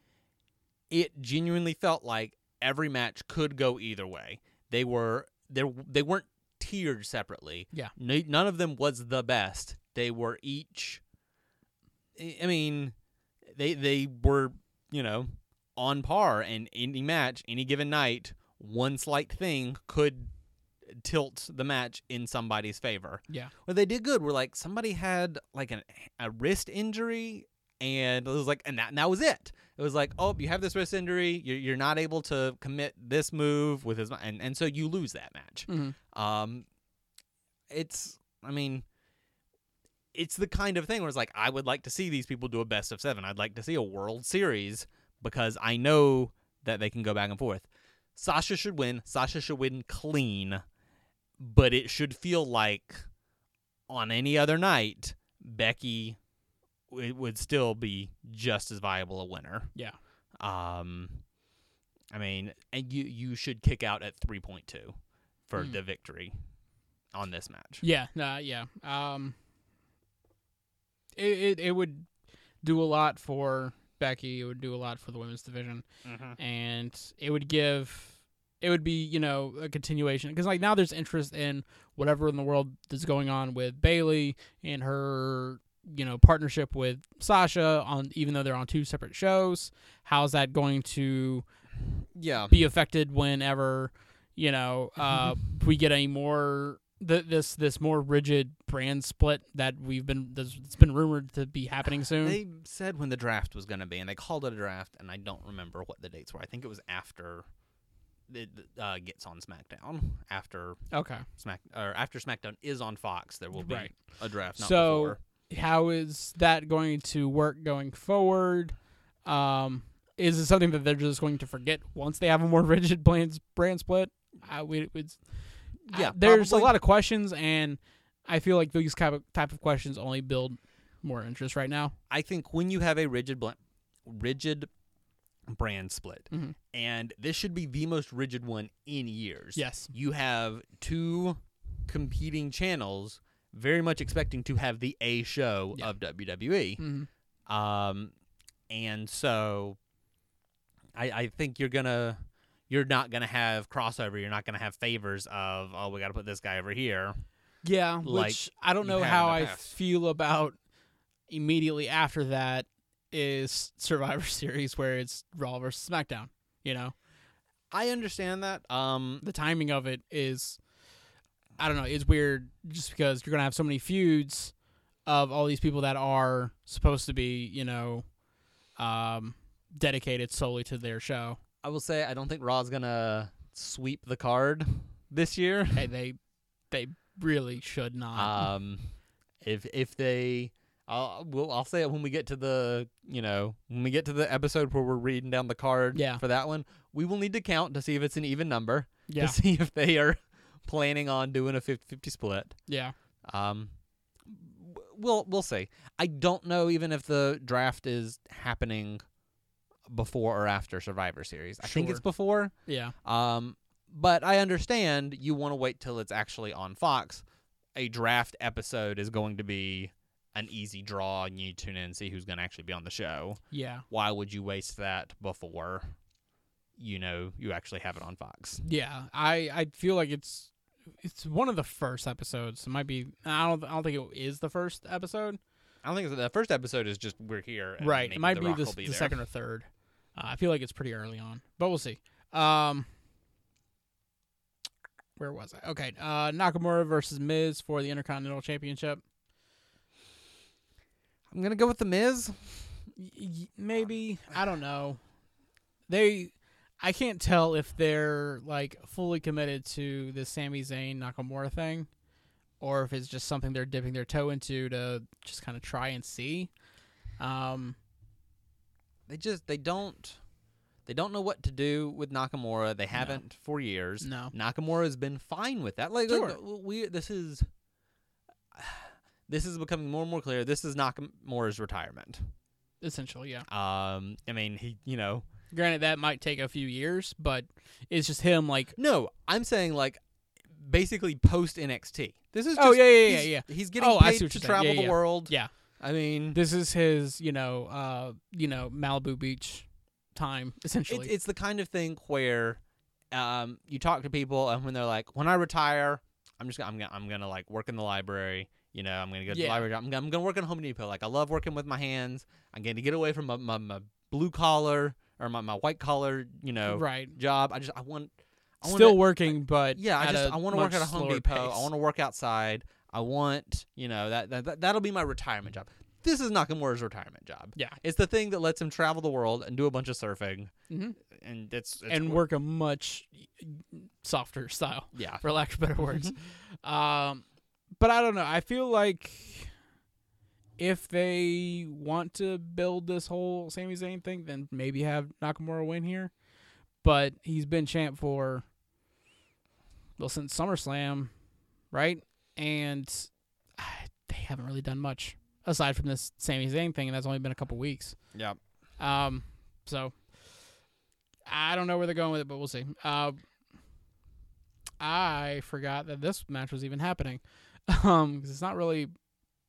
A: it genuinely felt like every match could go either way. They were they they weren't tiered separately.
B: Yeah.
A: N- none of them was the best. They were each. I I mean, they they were you know on par, and any match, any given night, one slight thing could tilt the match in somebody's favor.
B: Yeah.
A: What they did good were like somebody had like an, a wrist injury, and it was like, and that, and that was it. It was like, oh, you have this wrist injury, you're, you're not able to commit this move with his, and and so you lose that match.
B: Mhm.
A: Um, it's, I mean, it's the kind of thing where it's like, I would like to see these people do a best of seven. I'd like to see a World Series because I know that they can go back and forth. Sasha should win. Sasha should win clean, but it should feel like on any other night, Becky w- would still be just as viable a winner.
B: Yeah.
A: Um, I mean, and you you should kick out at three point two for
B: Mm.
A: the victory on this match.
B: Yeah, nah, yeah. Um it, it it would do a lot for Becky, it would do a lot for the women's division. and it would give it would be you know a continuation because like now there's interest in whatever in the world that's going on with Bailey and her you know partnership with Sasha on even though they're on two separate shows how's that going to
A: Yeah.
B: be affected whenever you know uh, we get a more th- this this more rigid brand split that we've been that's it's been rumored to be happening soon
A: They said when the draft was going to be, and they called it a draft, and I don't remember what the dates were. I think it was after it uh, gets on SmackDown. After
B: okay
A: Smack or after SmackDown is on Fox, there will be
B: Right.
A: a draft. Not
B: So-
A: before.
B: how is that going to work going forward? Um, Is it something that they're just going to forget once they have a more rigid brand, brand split? I, we, it's, I-
A: Yeah,
B: uh, there's
A: probably.
B: a lot of questions, and I feel like these type of, type of questions only build more interest right now.
A: I think when you have a rigid bl- rigid brand split,
B: Mhm.
A: and this should be the most rigid one in years.
B: Yes.
A: You have two competing channels very much expecting to have the A show
B: Yeah.
A: of E. WWE.
B: Mhm.
A: Um and so I I think you're gonna you're not gonna have crossover, you're not gonna have favors of oh we gotta put this guy over here.
B: Yeah,
A: like
B: which I don't
A: you
B: know
A: had in
B: how
A: the
B: I
A: past.
B: feel about immediately after that is Survivor Series where it's Raw versus SmackDown. You know,
A: I understand that. Um
B: the timing of it is, I don't know, it's weird just because you're going to have so many feuds of all these people that are supposed to be, you know, um, dedicated solely to their show.
A: I will say I don't think Raw's gonna sweep the card this year.
B: Hey, they, they really should not.
A: Um, if if they, I'll we'll, I'll say it when we get to the you know when we get to the episode where we're reading down the card
B: Yeah.
A: for that one, we will need to count to see if it's an even number
B: yeah,
A: to see if they are planning on doing a 50-50 split.
B: yeah,
A: Um, w- we'll we'll see. I don't know even if the draft is happening before or after Survivor Series. I think it's
B: Sure.
A: before.
B: yeah,
A: Um, but I understand you want to wait till it's actually on Fox. A draft episode is going to be an easy draw, and you tune in and see who's going to actually be on the show.
B: yeah,
A: Why would you waste that before you know you actually have it on Fox?
B: yeah. I, I feel like it's, it's one of the first episodes. It might be. I don't. I don't think it is the first episode.
A: I don't think it's, the first episode is just we're here. and
B: right.
A: Uh, maybe
B: It might
A: The
B: be
A: Rock
B: the,
A: will
B: the
A: there.
B: second or third. Uh, I feel like it's pretty early on, but we'll see. Um, where was I? Okay, uh, Nakamura versus Miz for the Intercontinental Championship.
A: I'm gonna go with the Miz.
B: Y- y- maybe I don't know. They, I can't tell if they're like fully committed to the Sami Zayn Nakamura thing, or if it's just something they're dipping their toe into to just kind of try and see. Um,
A: They just they don't they don't know what to do with Nakamura. They haven't for years.
B: no,
A: Nakamura has been fine with that. Like, like,
B: Sure.
A: w- we this is this is becoming more and more clear. This is Nakamura's retirement.
B: essentially, yeah.
A: Um, I mean, he, you know,
B: Granted, that might take a few years, but it's just him. Like,
A: no, I'm saying like basically post NXT. This is just,
B: Oh, yeah, yeah, yeah,
A: he's,
B: yeah.
A: He's getting
B: Oh, I
A: paid
B: see
A: to
B: what you're saying.
A: travel
B: Yeah,
A: the
B: yeah.
A: world.
B: Yeah.
A: I mean,
B: this is his, you know, uh, you know, Malibu Beach time,
A: it,
B: essentially.
A: it's the kind of thing where um, you talk to people and when they're like, when I retire, I'm just gonna, I'm gonna, I'm gonna like work in the library. You know, I'm gonna go to the
B: Yeah.
A: library. I'm, gonna- I'm gonna work in Home Depot. Like I love working with my hands. I'm gonna get away from my, my, my blue collar or my, my white collar, you know,
B: right.
A: job. I just I want, I want
B: Still working, but
A: yeah. I
B: at
A: just
B: a
A: I want to work
B: much
A: at a Home
B: slower
A: Depot.
B: pace.
A: I want to work outside. I want you know that, that, that that'll be my retirement job. This is Nakamura's retirement job.
B: Yeah.
A: It's the thing that lets him travel the world and do a bunch of surfing,
B: Mhm.
A: and it's, it's
B: and
A: wh-
B: work a much softer style,
A: Yeah.
B: for lack of better words. um, but I don't know. I feel like if they want to build this whole Sami Zayn thing, then maybe have Nakamura win here. But he's been champ for well since SummerSlam, right? And uh, they haven't really done much aside from this Sami Zayn thing, and that's only been a couple weeks.
A: Yeah.
B: Um, so I don't know where they're going with it, but we'll see. Uh, I forgot that this match was even happening. Um, 'cause it's not really, it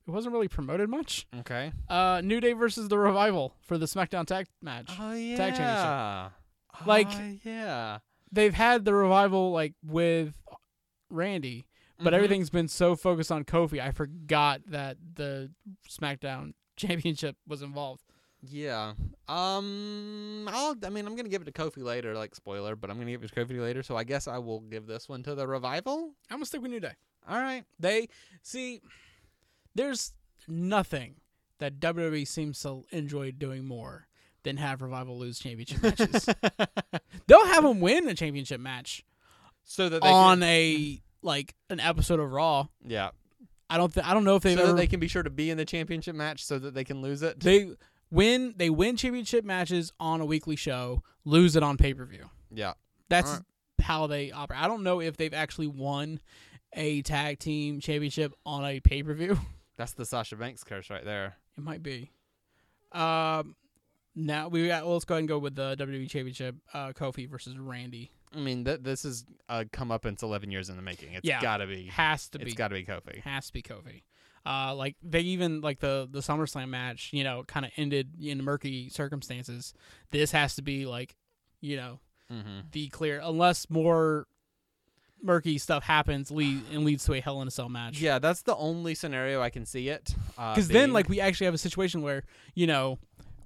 B: wasn't really promoted much.
A: Okay.
B: Uh, New Day versus the Revival for the SmackDown tag match.
A: Oh yeah. Ah,
B: championship.
A: Like
B: Like-
A: Oh, yeah.
B: They've had the Revival like with Randy, but
A: Mhm.
B: everything's been so focused on Kofi. I forgot that the SmackDown championship was involved.
A: Yeah. Um. I'll. I mean, I'm gonna give it to Kofi later. Like spoiler, but I'm gonna give it to Kofi later. So I guess I will give this one to the revival.
B: I'm gonna stick with New Day.
A: All right.
B: They see there's nothing that WWE seems to enjoy doing more than have Revival lose championship matches. They'll have them win a championship match
A: so that they
B: on
A: Can,
B: a like an episode of Raw.
A: yeah.
B: I don't th- I don't know if
A: So
B: they've
A: that
B: ever
A: they can be sure to be in the championship match, so that they can lose it.
B: they win they win championship matches on a weekly show, lose it on pay per view.
A: Yeah.
B: That's
A: Alright.
B: how they operate. I don't know if they've actually won a tag team championship on a pay per view.
A: That's the Sasha Banks curse right there.
B: It might be. Um, now we got. Well, let's go ahead and go with the WWE Championship. Uh, Kofi versus Randy
A: I mean, th- this is uh, come up. It's eleven years in the making. It's
B: Yeah.
A: gotta be.
B: has to
A: It's
B: be
A: gotta be Kofi.
B: has to be Kofi. Uh, like they even like the the SummerSlam match, you know, kind of ended in murky circumstances. This has to be like, you know,
A: Mm-hmm.
B: the clear unless more murky stuff happens lead and leads to a Hell in a Cell match.
A: Yeah, that's the only scenario I can see it. uh,
B: because then like we actually have a situation where you know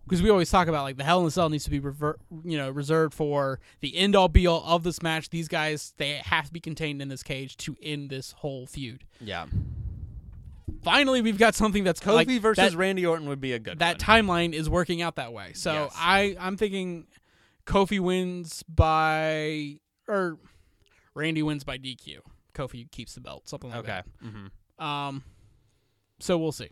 B: because we always talk about like the hell in a cell needs to be rever- you know reserved for the end all be all of this match these guys they have to be contained in this cage to end this whole feud
A: yeah,
B: finally we've got something that's
A: Kofi
B: like,
A: versus
B: that,
A: Randy Orton would be a good
B: that
A: one.
B: timeline is working out that way so
A: Yes.
B: i i'm thinking kofi wins by or randy wins by dq kofi keeps the belt something like that
A: okay. Mm-hmm.
B: Um, so we'll see.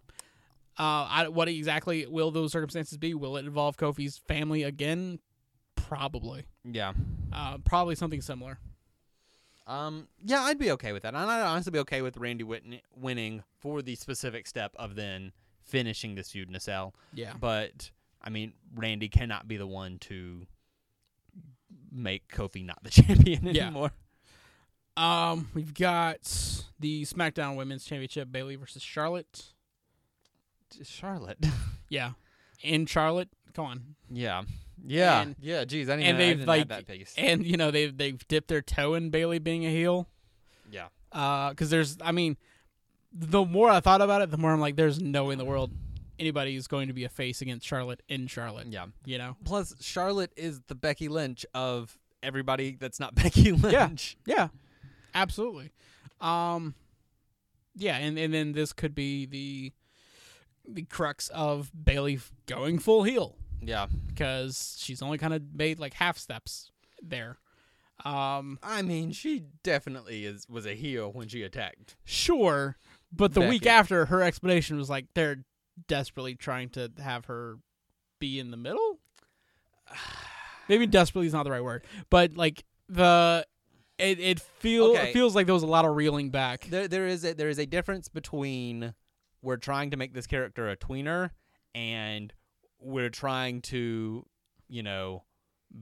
B: Uh, I, what exactly will those circumstances be? Will it involve Kofi's family again? Probably.
A: Yeah.
B: Uh, probably something similar.
A: Um. Yeah, I'd be okay with that. And I'd honestly be okay with Randy Whitney winning for the specific step of then finishing this feud in a cell.
B: Yeah.
A: But I mean, Randy cannot be the one to make Kofi not the champion
B: Yeah.
A: anymore.
B: Um, we've got the SmackDown Women's Championship: Bailey versus Charlotte.
A: Charlotte.
B: Yeah, in Charlotte. Come on.
A: Yeah. Yeah.
B: And-
A: yeah. Geez, I didn't.
B: and
A: even, I
B: they've,
A: didn't
B: like,
A: add that piece.
B: And you know they've they've dipped their toe in Bailey being a heel.
A: yeah.
B: because there's I mean, the more I thought about it, the more I'm like, there's no way in the world anybody is going to be a face against Charlotte in Charlotte.
A: Yeah.
B: You know?
A: Plus, Charlotte is the Becky Lynch of everybody that's not Becky Lynch.
B: Yeah, absolutely. Um, yeah, and and then this could be the the crux of Bailey going full heel
A: Yeah.
B: because she's only kind of made like half steps there. Um,
A: I mean, she definitely is was a heel when she attacked.
B: sure, but the week
A: Becky.
B: after her explanation was like they're desperately trying to have her be in the middle. Maybe desperately is not the right word, but like the it it feel
A: Okay.
B: it feels like there was a lot of reeling back.
A: There, there is a there is a difference between we're trying to make this character a tweener and we're trying to, you know,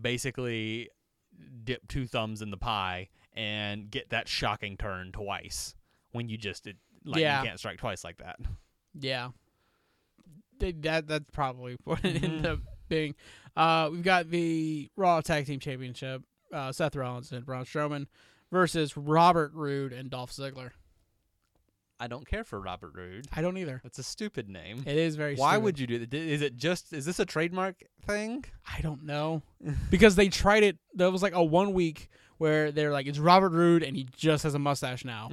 A: basically dip two thumbs in the pie and get that shocking turn twice when you just did, like
B: Yeah.
A: you can't strike twice like that.
B: Yeah. They, that that's probably what it ended
A: Mhm.
B: up being. Uh, we've got the Raw Tag Team Championship, uh, Seth Rollins and Braun Strowman versus Robert Roode and Dolph Ziggler.
A: I don't care for Robert Roode.
B: I don't either.
A: That's a stupid name.
B: It is very.
A: Why
B: stupid.
A: would you do that? Is it just is this a trademark thing?
B: I don't know because they tried it. There was like a one week where they're like, it's Robert Roode and he just has a mustache now,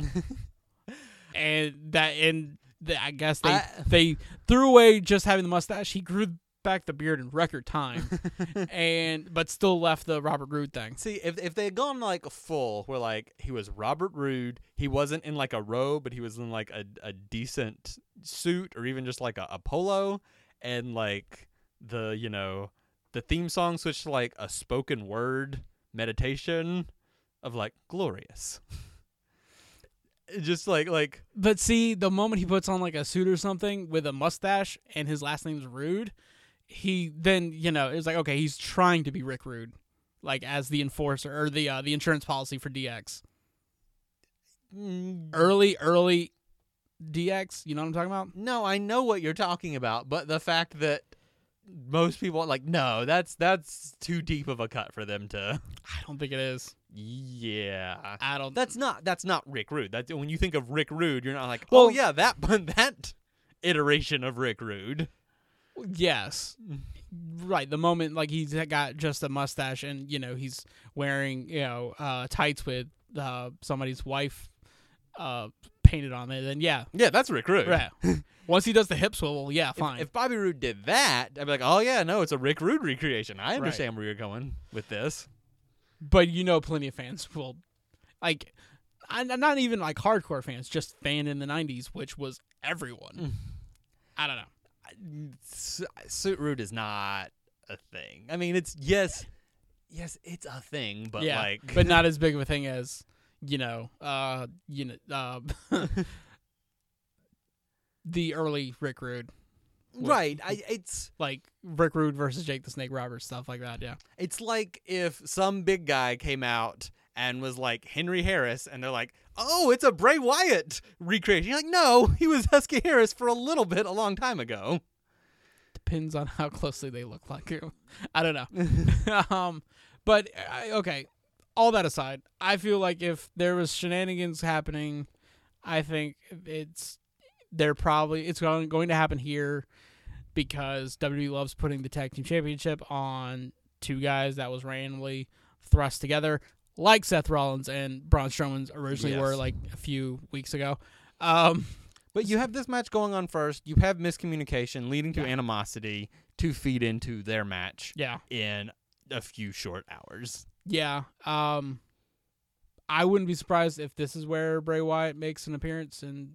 B: and that and th- I guess they
A: I-
B: they threw away just having the mustache. He grew back the beard in record time, and but still left the Robert Roode thing.
A: See, if if they had gone like full, where like he was Robert Roode, he wasn't in like a robe, but he was in like a, a decent suit or even just like a, a polo, and like the you know the theme song switched to like a spoken word meditation of like glorious, just like like
B: But see, the moment he puts on like a suit or something with a mustache and his last name's Rude, he then you know it's like okay, he's trying to be Rick Rude, like as the enforcer or the uh, the insurance policy for DX.
A: mm,
B: Early, early DX. You know what I'm talking about?
A: No, I know what you're talking about, but the fact that most people are like, no, that's that's too deep of a cut for them to.
B: I don't think it is.
A: Yeah,
B: I don't.
A: that's not that's not Rick Rude. That when you think of Rick Rude, you're not like, oh
B: Well-
A: yeah, that that iteration of Rick Rude.
B: Yes. Right. The moment like he's got just a mustache and, you know, he's wearing, you know, uh, tights with uh, somebody's wife uh, painted on it, then yeah.
A: Yeah, that's Rick Rude.
B: Right. Once he does the hip swivel, yeah,
A: If,
B: fine.
A: if Bobby Rude did that, I'd be like, oh yeah, no, it's a Rick Rude recreation. I understand where you're going with this.
B: but you know plenty of fans will like I- I'm not
A: Mm.
B: even like hardcore fans, just fan in the 90s, which was everyone. I don't know.
A: s- suit root is not a thing. I mean, it's yes, yes, it's a thing, but
B: yeah,
A: like,
B: but not as big of a thing as you know, uh, you know, uh, the early Rick Rude, what-
A: right. I it's
B: like Rick Rude versus Jake the Snake Roberts, stuff like that. Yeah,
A: it's like if some big guy came out and was like Henry Harris, and they're like, oh, it's a Bray Wyatt recreation. You're like, no, he was Husky Harris for a little bit a long time ago.
B: depends on how closely they look like him. I don't know. um, but I, okay, all that aside, I feel like if there was shenanigans happening, I think it's they're probably it's going going to happen here because WWE loves putting the tag team championship on two guys that was randomly thrust together, like Seth Rollins and Braun Strowman's originally
A: Yes.
B: were like a few weeks ago. Um,
A: But you have this match going on first. You have miscommunication leading to
B: Yeah.
A: animosity to feed into their match
B: yeah.
A: in a few short hours.
B: Yeah. Um I wouldn't be surprised if this is where Bray Wyatt makes an appearance and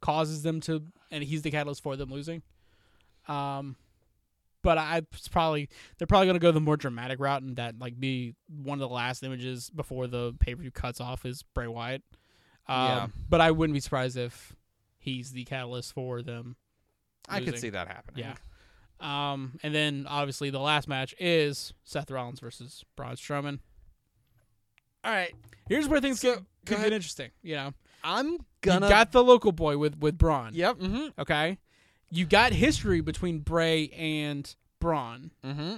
B: causes them to and he's the catalyst for them losing. Um but I it's probably they're probably gonna go the more dramatic route and that like be one of the last images before the pay per view cuts off is Bray Wyatt. Um,
A: Yeah.
B: but I wouldn't be surprised if he's the catalyst for them.
A: I could
B: Losing.
A: see that happening.
B: Yeah. Um and then obviously the last match is Seth Rollins versus Braun Strowman.
A: All right.
B: Here's where things
A: So,
B: get
A: go
B: could
A: ahead.
B: get interesting. You know,
A: I'm gonna.
B: you got the local boy with with Braun.
A: Yep. Mm-hmm.
B: Okay, you got history between Bray and Braun,
A: Mm-hmm.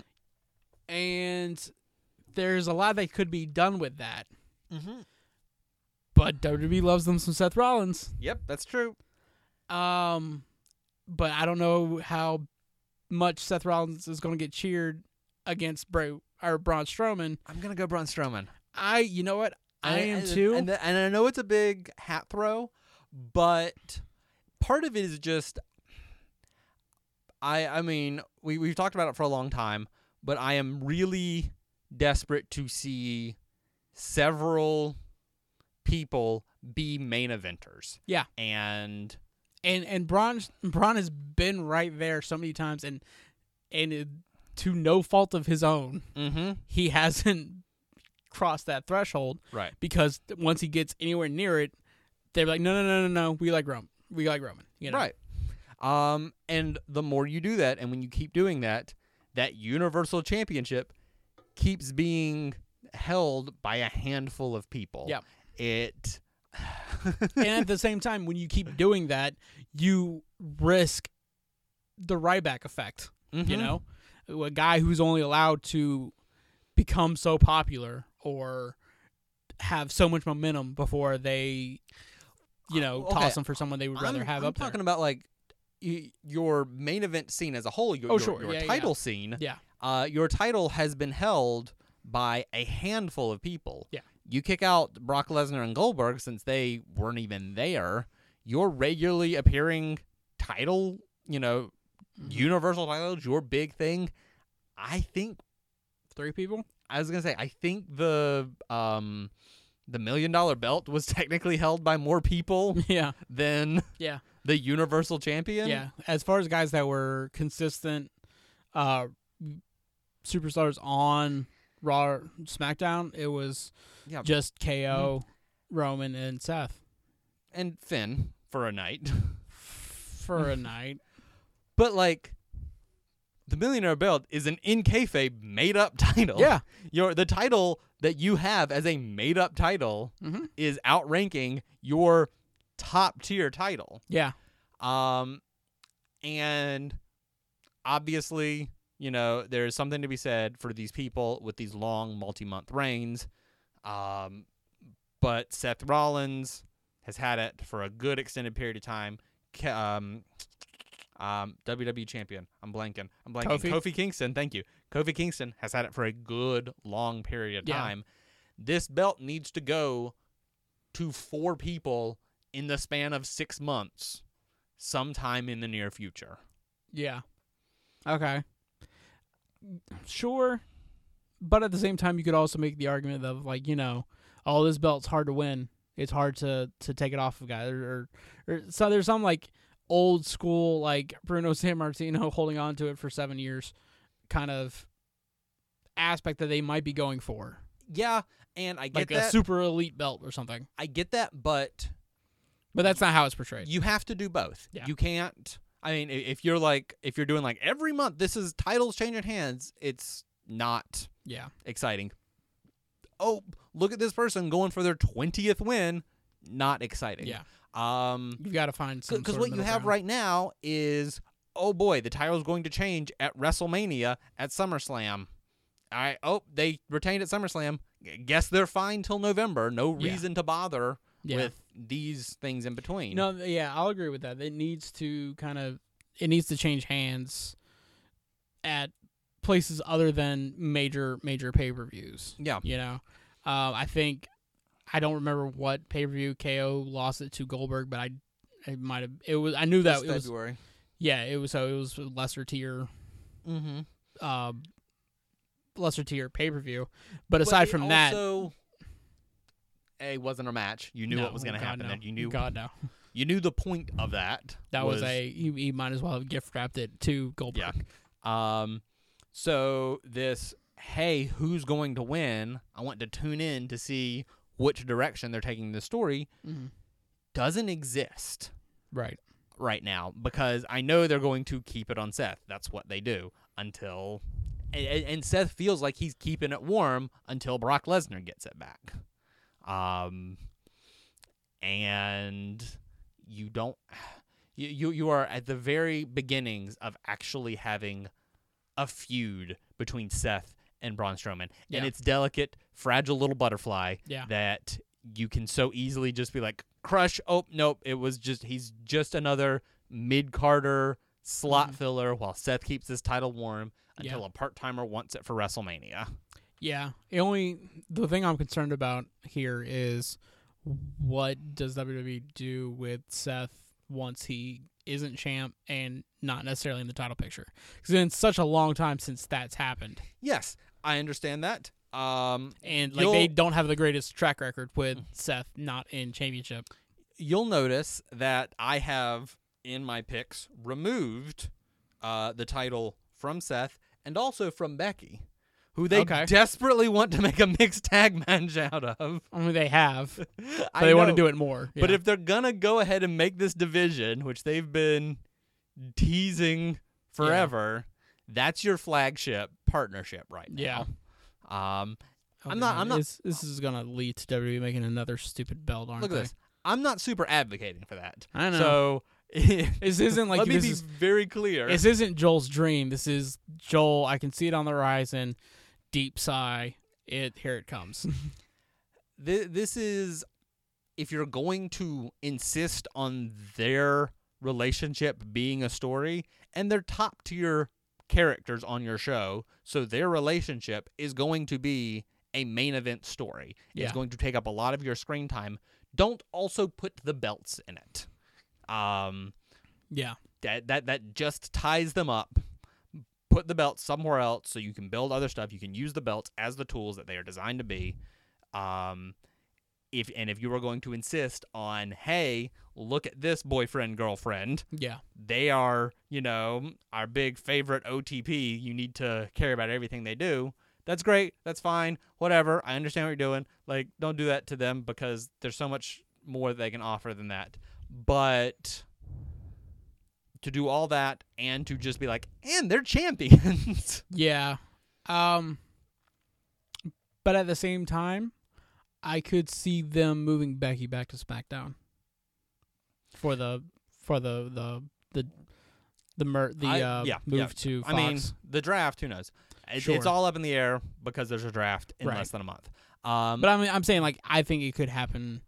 B: and there's a lot that could be done with that.
A: Mm-hmm.
B: But WWE loves them some Seth Rollins.
A: Yep. That's true.
B: Um, but I don't know how much Seth Rollins is going to get cheered against Bray or Braun Strowman.
A: I'm gonna go Braun Strowman.
B: I, you know what, I, am too.
A: And, and I know it's a big hat throw, but part of it is just. I I mean we we've talked about it for a long time, but I am really desperate to see several people be main eventers.
B: Yeah.
A: And
B: and and Braun Braun has been right there so many times, and and it, to no fault of his own,
A: mm-hmm.
B: he hasn't crossed that threshold
A: Right.
B: because once he gets anywhere near it, they're like, no, no, no, no, no, we like Roman, we like Roman, you know?
A: Right. Um, and the more you do that, and when you keep doing that, that Universal Championship keeps being held by a handful of people.
B: Yep.
A: It.
B: and at the same time, when you keep doing that, you risk the Ryback effect. you
A: Mhm.
B: know a guy who's only allowed to become so popular or have so much momentum before they you know
A: Uh, okay.
B: toss them for someone they would rather
A: I'm,
B: have
A: I'm
B: up
A: talking about like y- your main event scene as a whole. Your,
B: Oh,
A: your,
B: sure.
A: your
B: Yeah, yeah,
A: title scene.
B: Yeah.
A: Uh, your title has been held by a handful of people.
B: Yeah.
A: You kick out Brock Lesnar and Goldberg since they weren't even there. Your regularly appearing title, you know,
B: Mhm.
A: universal titles, your big thing. I think
B: there three people
A: I was gonna say I think the um the million dollar belt was technically held by more people
B: yeah
A: than
B: Yeah.
A: the universal champion.
B: yeah as far as guys that were consistent uh superstars on raw or smackdown it was
A: Yeah. Mm-hmm.
B: just ko roman and seth
A: and Finn for a night.
B: for
A: Mm-hmm.
B: a night
A: But like the millionaire belt is an in kayfabe made up title. Your the title that you have as a made up title
B: hmm
A: is outranking your top tier title.
B: yeah
A: Um, and obviously, you know, there is something to be said for these people with these long multi month reigns. Um, but Seth Rollins has had it for a good extended period of time. Ca- Um, um, WWE champion. I'm blanking. I'm blanking.
B: Kofi?
A: Kingston. Thank you. Kofi Kingston has had it for a good long period of
B: Yeah.
A: time. This belt needs to go to four people in the span of six months sometime in the near future.
B: Yeah. Okay. Sure. But at the same time, you could also make the argument of like you know, all this belt's hard to win. It's hard to to take it off of guys, or, or, or so there's some like old school like Bruno San Martino holding on to it for seven years kind of aspect that they might be going for.
A: Yeah, and I get
B: Like a
A: that.
B: super elite belt or something.
A: I get that, but
B: But that's not how it's portrayed.
A: you have to do both.
B: Yeah.
A: You can't. I mean, i- if you're like, if you're doing like every month, this is titles changing hands. It's not
B: Yeah.
A: exciting. Oh, look at this person going for their twentieth win. Not exciting.
B: Yeah.
A: Um.
B: You've got to find some
A: because
B: sort of
A: what you
B: middle
A: have
B: ground.
A: right now is oh boy the title's going to change at wrestlemania at summerslam all right oh they retained at summerslam G- guess they're fine till november no
B: Yeah.
A: reason to bother
B: yeah.
A: with these things in between
B: No, th- yeah, I'll agree with that. It needs to kind of it needs to change hands at places other than major major pay per views.
A: yeah
B: You know, uh, I think I don't remember what pay per view KO lost it to Goldberg, but I it might have it was I knew that
A: It's
B: it was
A: february
B: yeah it was so it was a lesser tier
A: mm-hmm.
B: um lesser tier pay per view. But aside from that,
A: that a wasn't a match you knew
B: no,
A: what was going to
B: God,
A: happen
B: no.
A: there. you knew
B: God no
A: you knew the point of that
B: that was, a you, you might as well have gift wrapped it to Goldberg.
A: Yeah. Um, so this, hey, who's going to win? I want to tune in to see which direction they're taking the story.
B: Mhm.
A: Doesn't exist
B: Right.
A: right now because I know they're going to keep it on Seth. That's what they do until, and, and- and Seth feels like he's keeping it warm until Brock Lesnar gets it back. Um, and you don't, you, you you are at the very beginnings of actually having a feud between Seth and Braun Strowman,
B: Yeah.
A: and it's delicate, fragile little butterfly
B: Yeah.
A: that you can so easily just be like crush oh nope it was just he's just another mid carter slot
B: Mhm.
A: filler while seth keeps his title warm until
B: Yeah.
A: a part-timer wants it for wrestlemania
B: Yeah. The only the thing I'm concerned about here is what does WWE do with Seth once he isn't champ and not necessarily in the title picture? Because it's been such a long time since that's happened,
A: yes i understand that um
B: and like they
A: You'll- Mm-hmm.
B: don't have the greatest track record with Seth not in championship.
A: you'll notice that i have in my picks removed uh the title from seth and also from becky who they
B: Okay.
A: desperately want to make a mixed tag match out of
B: Only they have, but
A: I
B: they want to
A: know.
B: do it more.
A: But
B: Yeah.
A: if they're gonna go ahead and make this division, which they've been teasing forever, that's your flagship partnership right
B: Yeah.
A: now. Yeah. Um,
B: Oh,
A: I'm not-
B: God.
A: I'm not-
B: This, this is gonna lead to WWE making another stupid belt, aren't
A: look at
B: they?
A: this. I'm not super advocating for that.
B: I know.
A: So this
B: this isn't like
A: let me
B: this
A: be
B: is
A: very clear.
B: This isn't Joel's dream. This is Joel. I can see it on the horizon. Deep sigh. It here it comes.
A: Th- this is if you're going to insist on their relationship being a story and they're top tier characters on your show so their relationship is going to be a main event story
B: Yeah.
A: it's going to take up a lot of your screen time don't also put the belts in it um
B: yeah.
A: that that that just ties them up. Put the belts somewhere else so you can build other stuff. You can use the belts as the tools that they are designed to be. Um, if and if you were going to insist on, hey, look at this boyfriend girlfriend,
B: Yeah.
A: they are you know our big favorite OTP. You need to care about everything they do. That's great. That's fine. Whatever. I understand what you're doing. Like, don't do that to them because there's so much more that they can offer than that. But to do all that and to just be like, and they're champions.
B: Yeah. Um but at the same time, I could see them moving Becky back to SmackDown for the for the the the the mer- the
A: I-
B: uh
A: yeah,
B: move
A: yeah.
B: to Fox.
A: I mean, the draft. Who knows? It- It's
B: Sure.
A: all up in the air because there's a draft in
B: Right.
A: less than a month. Um,
B: but I mean I'm saying like I think it could happen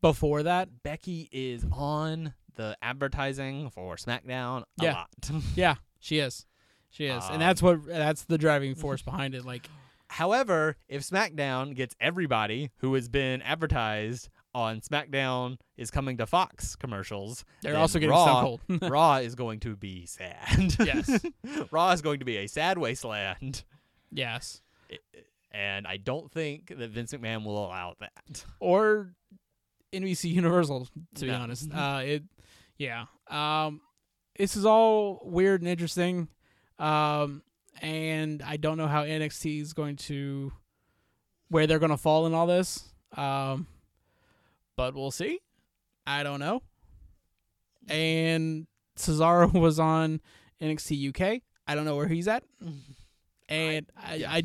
B: before that.
A: Becky is on the advertising for SmackDown a
B: Yeah.
A: lot.
B: Yeah, she is. She is.
A: Um,
B: and that's what that's the driving force behind it like
A: However, if SmackDown gets everybody who has been advertised on SmackDown is coming to Fox commercials,
B: They're
A: then
B: also getting
A: Raw,
B: Stone Cold.
A: Raw is going to be sad.
B: Yes.
A: Raw is going to be a sad wasteland.
B: yes.
A: and I don't think that Vince McMahon will allow that.
B: Or NBC Universal, to be
A: No.
B: honest. Uh, it Yeah. Um, this is all weird and interesting. Um, and I don't know how NXT is going to, where they're going to fall in all this. Um, but we'll see. I don't know. And Cesaro was on NXT UK. I don't know where he's at. And I, I,
A: yeah.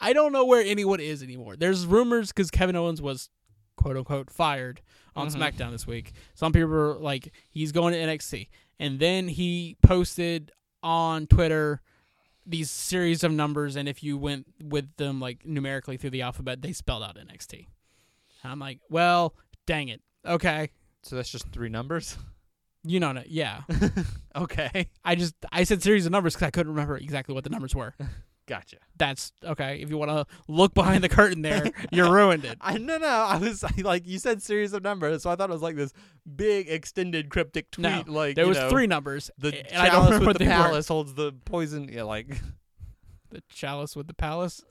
B: I, don't know where anyone is anymore. There's rumors because Kevin Owens was quote unquote fired on
A: Mhm.
B: SmackDown this week. Some people were like, he's going to NXT. And then he posted on Twitter these series of numbers. And if you went with them like numerically through the alphabet, they spelled out NXT. And I'm like, well, dang it. Okay.
A: So that's just three numbers.
B: You know, it. yeah.
A: okay,
B: I just, I said series of numbers because I couldn't remember exactly what the numbers were.
A: gotcha.
B: That's okay. If you want to look behind the curtain there, you ruined it.
A: I no no. I was like you said series of numbers, so I thought it was like this big extended cryptic tweet.
B: No,
A: like
B: There
A: you
B: was
A: know,
B: three numbers.
A: The
B: and I don't
A: chalice
B: remember
A: with the
B: what they were.
A: palace holds the poison. Yeah, like
B: The chalice with the palace.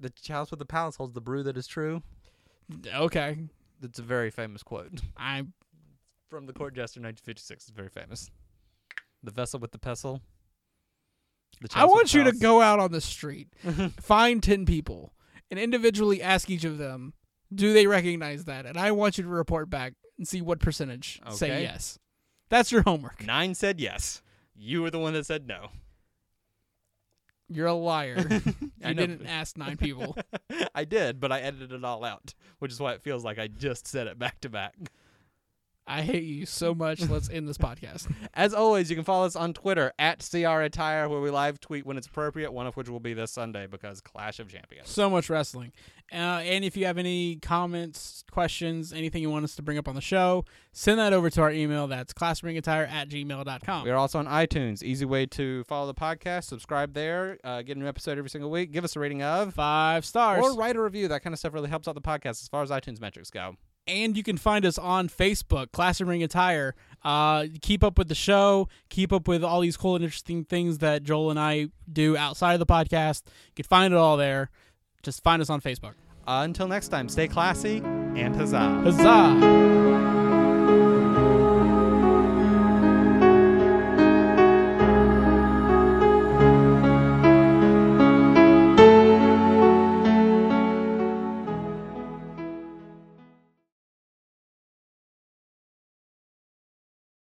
A: the chalice with the palace holds the brew that is true.
B: Okay.
A: That's a very famous quote
B: I
A: from the court jester, 1956. It's very famous. The vessel with the pestle. The
B: I
A: chalice with
B: want
A: the
B: you to
A: palace.
B: go out on the street, find 10 people, and individually ask each of them, do they recognize that? And I want you to report back and see what percentage say
A: Okay.
B: yes. That's your homework.
A: Nine said yes. You were the one that said no.
B: You're a liar.
A: I know.
B: you didn't ask nine people.
A: I did, but I edited it all out, which is why it feels like I just said it back to back.
B: I hate you so much. Let's end this podcast.
A: As always, you can follow us on Twitter at CR Attire, where we live tweet when it's appropriate, one of which will be this Sunday because Clash of Champions.
B: So much wrestling. Uh, and if you have any comments, questions, anything you want us to bring up on the show, send that over to our email. That's classringattire at gmail.com.
A: We are also on iTunes. Easy way to follow the podcast, subscribe there, uh, get a new episode every single week, give us a rating of,
B: Five stars.
A: or write a review. That kind of stuff really helps out the podcast as far as iTunes metrics go.
B: and you can find us on Facebook, Classroom Ring Attire. Uh, keep up with the show. Keep up with all these cool and interesting things that Joel and I do outside of the podcast. You can find it all there. Just find us on Facebook.
A: Uh, until next time, stay classy and huzzah.
B: Huzzah!